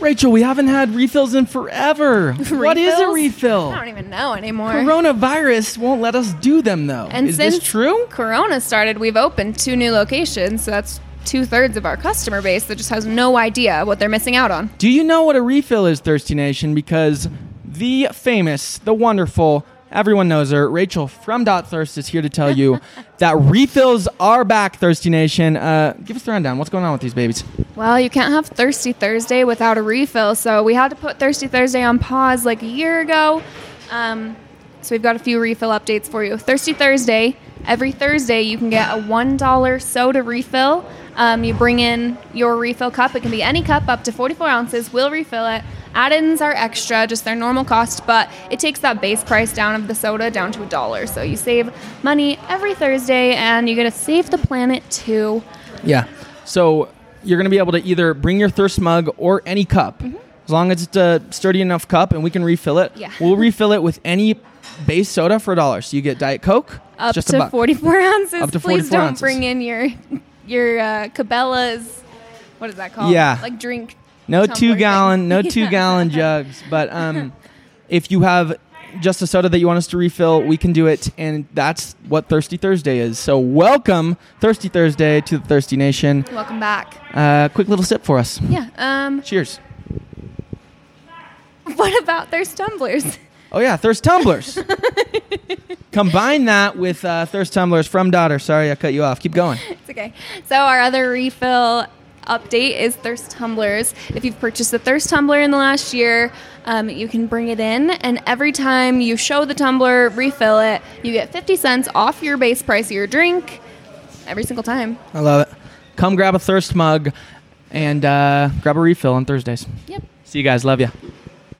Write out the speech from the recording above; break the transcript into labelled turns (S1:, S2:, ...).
S1: Rachel, we haven't had refills in forever. What is a
S2: Refills?
S1: refill?
S2: I don't even know anymore.
S1: Coronavirus won't let us do them though.
S2: and
S1: is
S2: since
S1: this true?
S2: Corona started, we've opened two new locations. So that's two thirds of our customer base that just has no idea what they're missing out on.
S1: Do you know what a refill is, Thirsty Nation? Because the famous, the wonderful, everyone knows her, Rachel from Dot Thirst is here to tell you that refills are back, Thirsty Nation. Uh, give us the rundown. What's going on with these babies?
S2: Well, you can't have Thirsty Thursday without a refill, so we had to put Thirsty Thursday on pause like a year ago. Um, so we've got a few refill updates for you. Thirsty Thursday, every Thursday you can get a $1 soda refill. Um, you bring in your refill cup, it can be any cup up to 44 ounces, we'll refill it. Add ins are extra, just their normal cost, but it takes that base price down of the soda down to a dollar. So you save money every Thursday and you get to save the planet too.
S1: Yeah. So you're going to be able to either bring your thirst mug or any cup, as long as it's a sturdy enough cup and we can refill it.
S2: Mm-hmm. Yeah.
S1: We'll refill it with any base soda for a dollar. So you get Diet Coke,
S2: up
S1: it's just
S2: to
S1: a buck.
S2: 44 ounces.
S1: Up to
S2: Please
S1: 44
S2: don't
S1: ounces.
S2: bring in your your uh, Cabela's. What is that called?
S1: Yeah.
S2: like drink.
S1: No
S2: tumbler
S1: two
S2: thing.
S1: gallon, no
S2: Yeah.
S1: two gallon jugs. But um, if you have just a soda that you want us to refill, we can do it, and that's what Thirsty Thursday is. So welcome Thirsty Thursday to the Thirsty Nation.
S2: Welcome back.
S1: Uh, quick little sip for us.
S2: Yeah. Um.
S1: Cheers.
S2: What about their stumblers?
S1: Oh yeah, thirst tumblers. Combine that with uh, thirst tumblers from daughter. Sorry, I cut you off. Keep going.
S2: It's okay. So our other refill update is thirst tumblers. If you've purchased a thirst tumbler in the last year, um, you can bring it in, and every time you show the tumbler, refill it, you get 50 cents off your base price of your drink every single time.
S1: I love it. Come grab a thirst mug and uh, grab a refill on Thursdays.
S2: Yep.
S1: See you guys. Love ya.